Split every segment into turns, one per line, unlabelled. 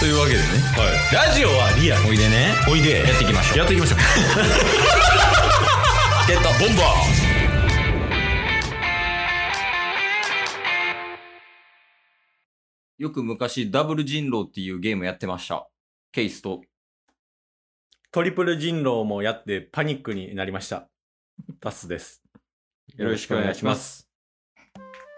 というわけでね
はい。ラジオはリアル。
おいでね
おいで。
やっていきましょう
やってい きましょう。
ゲットボンバーよく昔ダブル人狼っていうゲームやってましたケイスと
トリプル人狼もやってパニックになりました。タスです。
よろしくお願いしま。す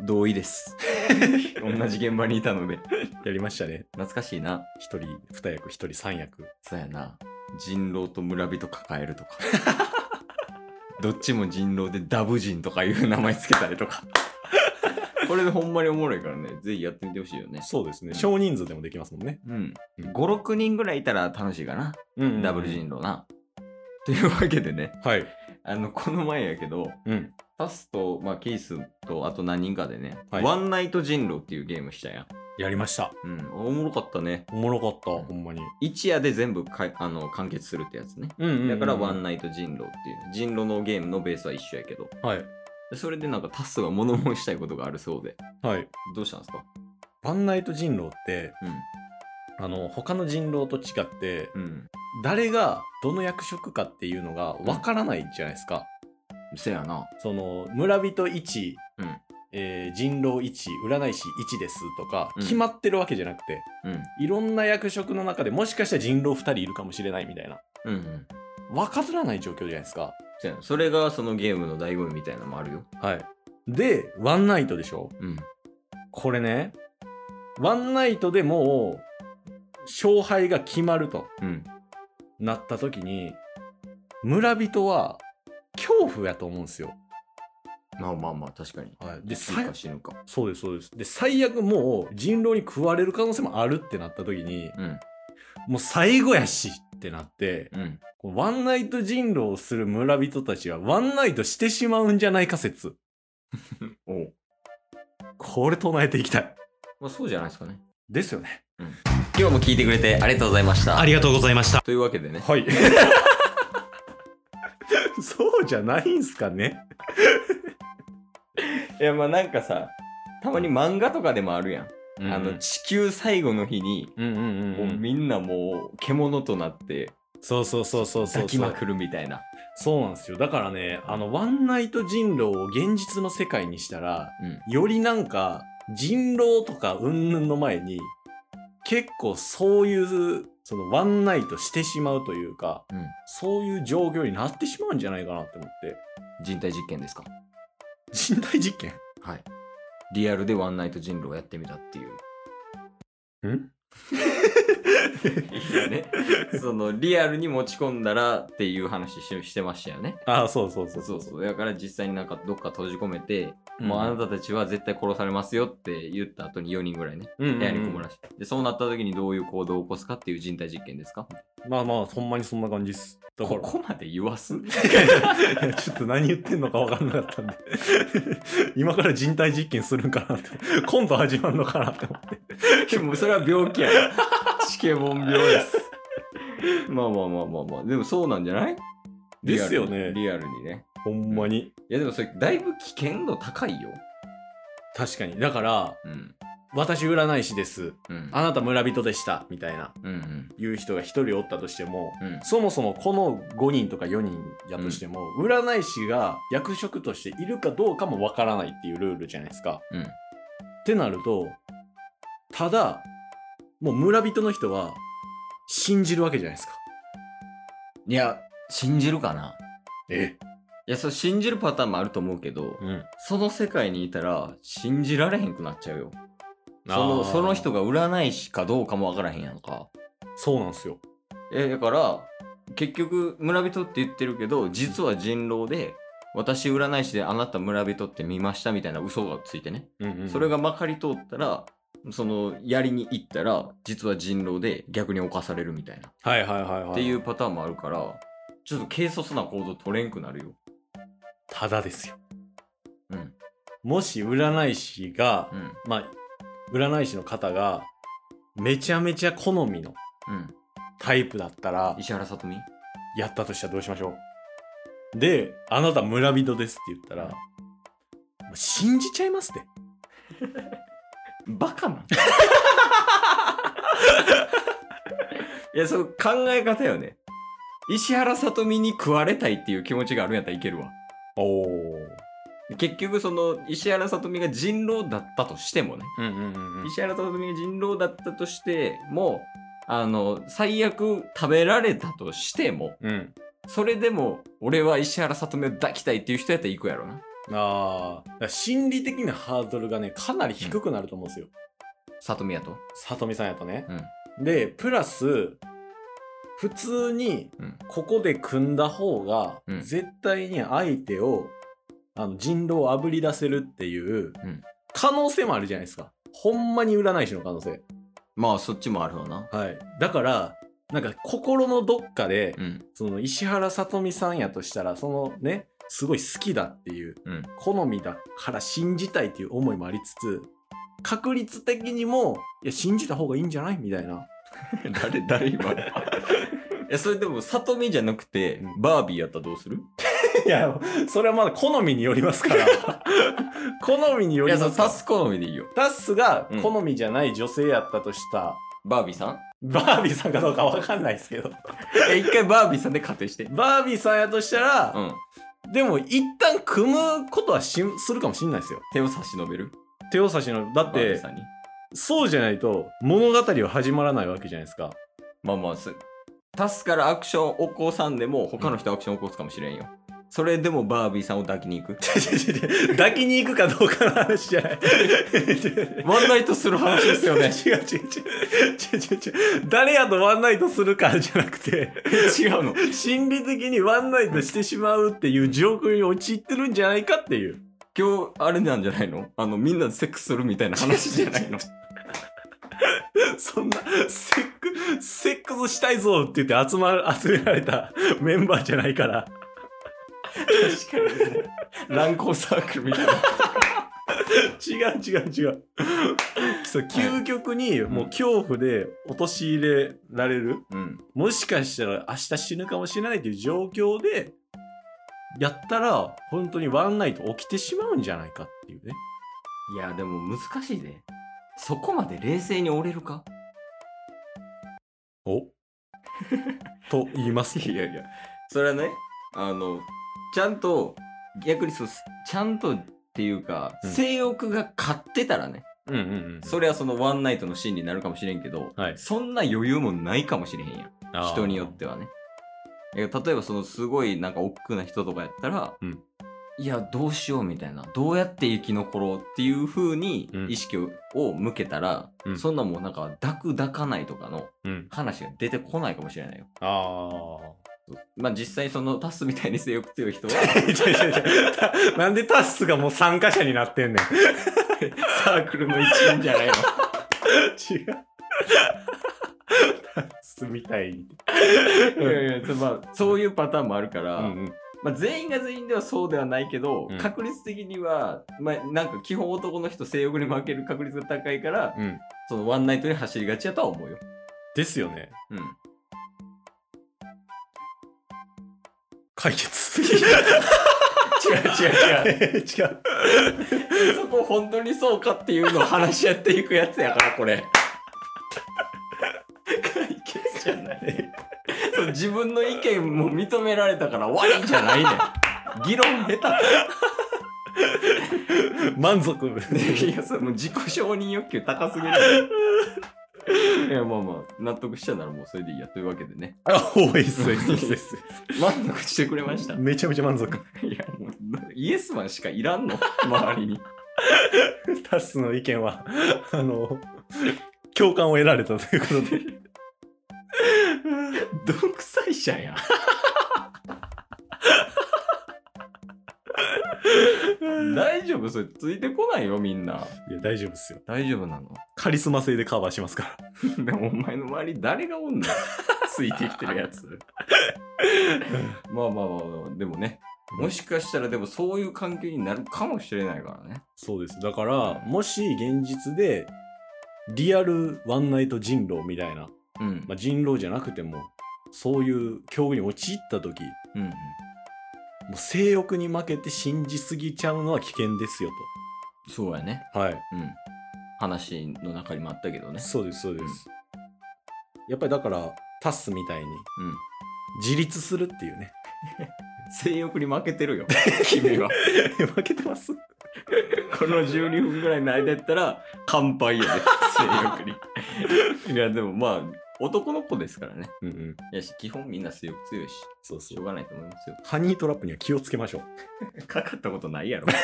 同意です 同じ現場にいたので
やりましたね。
懐かしいな
一人二役、一人三役。
そうやな人狼と村人抱 えるとかどっちも人狼でダブ人とかいう名前つけたりとかこれでほんまにおもろいからねぜひやってみてほしいよね
そうですね。
うん
少人数でもできますもんね。
うん56人ぐらいいたら楽しいかな、
うん
ダブル人狼なというわけでね
狼。はい。
あのこの前やけど
うん。
タスと、まあ、ケイスとあと何人かでね、
はい
ワンナイト人狼っていうゲームしたやん、
やりました。
うん、おもろかったね
おもろかった、ほんまに。
一夜で全部かいあの完結するってやつね
うんう
だからワン
ナ
ナイト人狼っていう、人狼のゲームのベースは一緒やけど、
はい。
それでなんかタスが物申したいことがあるそうで、
はい。
どうしたんですか
ワンナイト人狼って、あの、他の人狼と違って、
うん。うん。
誰がどの役職かっていうのがわからないじゃないですか。
せやな。
その、村人1、
うん
えー人狼1、占い師1ですとか、
うん
決まってるわけじゃなくて、
うん。
いろんな役職の中でもしかしたら人狼2人いるかもしれないみたいな。
うん、うん。
わからない状況じゃないですか。
せやな。それがそのゲームの醍醐味みたいなのもあるよ。
はい。で、ワンナイトでしょ
うん。
これね、ワンナイトでもう、勝敗が決まると
うん。
なった時に、村人は恐怖やと思うんですよ。
まあまあまあ、確かに。
はい、で、
で、
さ
死
い
ぬか死ぬか。
そうです、そうです。で、最悪もう人狼に食われる可能性もあるってなった時に、
うん。
もう最後やしってなって、
うん。
こうワンナイト人狼をする村人たちはワンナイトしてしまうんじゃないか説。
おう
これ唱えていきたい。
まあそうじゃないですかね。
ですよね。
今日も聞いてくれてありがとうございました。
りがとうございました。
というわけでね。
はい。そうじゃないんすかね。
いやまあなんかさ、たまに漫画とかでもあるやん。あ
あの
の、、地球最後の日に、
うんうん
もうみんなもう獣となって
そうそうそうそうそう
抱き
そ
ま
う。
くるみたいな。
そうなんですよ。だからね、あの、ワンナイト人狼を現実の世界にしたら、よりなんか、人狼とか云々の前に、結構そういう、そのワンナイトしてしまうというか、
うん
そういう状況になってしまうんじゃないかなって思って。
人体実験ですか
人体実験
はい。リアルでワンナイト人狼をやってみたっていう。
ん
ね、そのリアルに持ち込んだらっていう話ししてましたよね。
ああ、そうそうそう
そうそう。だから実際になんかどっか閉じ込めて、
うん
もうあなたたちは絶対殺されますよって言った後に4人ぐらいね、
うんうんうん
部屋にこもらして。で、そうなった時にどういう行動を起こすかっていう人体実験ですか
まあまあ、ほんまにそんな感じです。だか
こ
ら、
こまで言わす
ちょっと何言ってんのか分かんなかったんで、今から人体実験するんかなって、コント始まるのかなって思って。
もうそれは病気や な。チケボン病です。まあまあまあまあまあ、でもそうなんじゃない
ですよね
リアルにリアルにね。
ほんまに。
いやでもそれだいぶ危険度高いよ。
確かに。だから、
うん。
私占い師です。
うん。
あなた村人でした。みたいな、
うんうん。
いう人が一人おったとしても、
うん。
そもそもこの5人とか4人やとしても、占い師が役職としているかどうかも分からないっていうルールじゃないですか。
うん。
ってなると、ただ、もう村人の人は信じるわけじゃないですか。
いや、信じるかな。
え
いや、そう信じるパターンもあると思うけど、
うん。
その世界にいたら信じられへんくなっちゃうよ。そ
あ
の
ー
その人が占い師かどうかもわからへんやんか。
そうなんですよ。
え、だから、結局、村人って言ってるけど、実は人狼で、私占い師であなた村人って見ましたみたいな嘘がついてね。それ
が
がまかり通ったら、その、やりに行ったら、実は人狼で逆に侵されるみたいな。
はいはいはいはい
っていうパターンもあるから、ちょっと軽率な行動取れんくなるよ。
ただですよ
うん。
もし占い師が、
うん。
まあ占い師の方がめちゃめちゃ好みの
うん。
タイプだったら
石原さとみ
やったとしたらどうしましょうで「あなた村人です」って言ったら、もう信じちゃいますって
バカな いや、そう、考え方よね。石原さとみに食われたいっていう気持ちがあるんやったらいけるわ。
おお。
結局、その、石原さとみが人狼だったとしてもね。
うんうんうんうん。
石原さとみが人狼だったとしても、あの、最悪食べられたとしても、
うん。
それでも、俺は石原さとみを抱きたいっていう人やったら行くやろな。
ああ。だから心理的なハードルがね、かなり低くなると思うんですよ。
さとみやと。
さとみさんやとね。で、プラス、普通に
うん
ここで組んだ方が、
うん
絶対に相手を、あの人狼をあぶり出せるっていう
うん、
可能性もあるじゃないですか。ほんまに占い師の可能性。
まあ、そっちもあるわな。
はい。だから、なんか心のどっかで、
うん。
その石原さとみさんやとしたら、そのね、すごい好きだっていう、
うん
好みだから信じたいっていう思いもありつつ、確率的にも、いや、信じた方がいいんじゃないみたいな。
誰、誰今。いや、それでも、さとみじゃなくて
う、ん
バービーやったらどうする
いや、それはまだ好みによります から。好みによ
い
り
や、
ま
そう、
すか
タ
ら。
ス好みでいいよ。
タスが
うん
好みじゃない女性やったとした、
バービーさん
バービーさんかどうかわかんないですけど。
え、一回バービーさんで仮定して。
バービーさんやとしたら、
うん。
でも一旦組むことはしするかもしれないですよ。
手を差し伸べる
手を差しの、だっ
バービー
て
さ、んに。
そうじゃないと物語は始まらないわけじゃないですか。
まあまあ、すタスからアクションを起こさんでも、他の人はアクションを起こすかもしれんよ。それでもバービーさんを抱きに行 く。
抱きに行くかどうかの話じゃない。
ワンナイトする話ですよね。
違う違う違う違う違う違う誰やとワンナイトするかじゃなくて
違うの。
心理的にワンナイトしてしまうっていう状況に陥ってるんじゃないかっていう
今日、あれなんじゃないのあの、みんなでセックスするみたいな話じゃない の
そんなセックセックスしたいぞって言って集まる集められたメンバーじゃないから
確かに、ね。 乱交サークルみたいな。
違う違う違うそう究極にもう恐怖で陥れられる
うん。
もしかしたら明日死ぬかもしれないという状況で、やったら、本当にワンナイト起きてしまうんじゃないかっていうね。
いや、でも難しいね。そこまで冷静に折れるか
おと言います。
いやいや、それはね、あの、ちゃんと、逆にそう、ちゃんとっていうか、
うん
性欲が勝ってたらね、
うんうんうん。
それはそのワンナイトのシーンになるかもしれんけど、
はい
そんな余裕もないかもしれへんやん。
あー
人によっ。てはね。え例えばそのすごいなんか億劫な人とかやったら、
うん
いや、どうしようみたいな。どうやって生き残ろうっていう風に
うん
意識を,、向けたら、
うん
そんなもうなんか抱く抱かないとかの
うん。
話が出てこないかもしれないよ。
あ
まあ実際そのタスみたいに性欲強い 人は
あ。違う違う違う。なんでタッスがもう参加者になってんねん。
サークルの一員じゃないの。
違う。タッスみたいに。
いやいやそうまあそういうパターンもあるから、
うん
まあ、全員が全員ではそうではないけど、
うん
確率的には、まあ、なんか基本男の人性欲に負ける確率が高いから
うん。
そのワンナイトに走りがちやとは思うよ。
ですよね。
うん、
解決。
違う違う違
違
う
う。
そこ本当にそうかっていうのを話し合っていくやつやからこれ。解決じゃない そう自分の意見も認められたから終わりじゃないね ん議論下手だ
満 足。
いや、それもう自己承認欲求高すぎる。いや、まあまあ、納得したならもうそれでいいや。というわけでね。
あ、多いっす、多いっす多いっす、多いっす。
満足してくれま した。い
めちゃめちゃ満足。
や、もうイエスマンしかいら んの周りに。
タスの意見は、あの、共感を得られたということで。
独裁者や。大丈夫それついてこないよ、みんな。
いや、大丈夫っすよ。
大丈夫なの
カリスマ性でカバーしますか
でも、お前の周り誰がおんのついてきてるやつ。 まあまあまあまあ、でもね。
ら。
もしかしたらでもそういう関係になるかもしれないからね。
そうです。だから、もし現実で、リアルワンナイト人狼みたいな、
うん
まあ、人狼じゃなくても、そういう境遇に陥った時、
うん。
もう性欲に負けて信じすぎちゃうのは危険ですよ
そうやね。
と。はい。
うん。話の中にもあったけどね。
そうですそうです、やっぱりだからタッスみたいに自立するっていうね
性欲に負けてるよ君は
負けてます
この12分ぐらいの間やったら乾杯やで性 欲にいやでもまあ男の子ですからね
うんうん
いやし基本みんな性欲強いし
そう
し
そ
ょ
う
うがないと思いますよ
ハニートラップには気をつけましょう
かかったことないやろ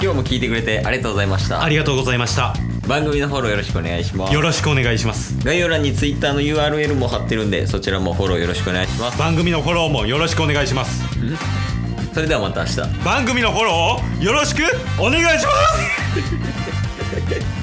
今日も聞いてくれてありがとうございました
ありがとうございました
番組のフォローよろしくお願いします
よろしくお願いします
概要欄に Twitter の URL も貼ってるんでそちらもフォローよろしくお願いします
番組のフォローもよろしくお願いします
それではまた明日
番組のフォローをよろしくお願いします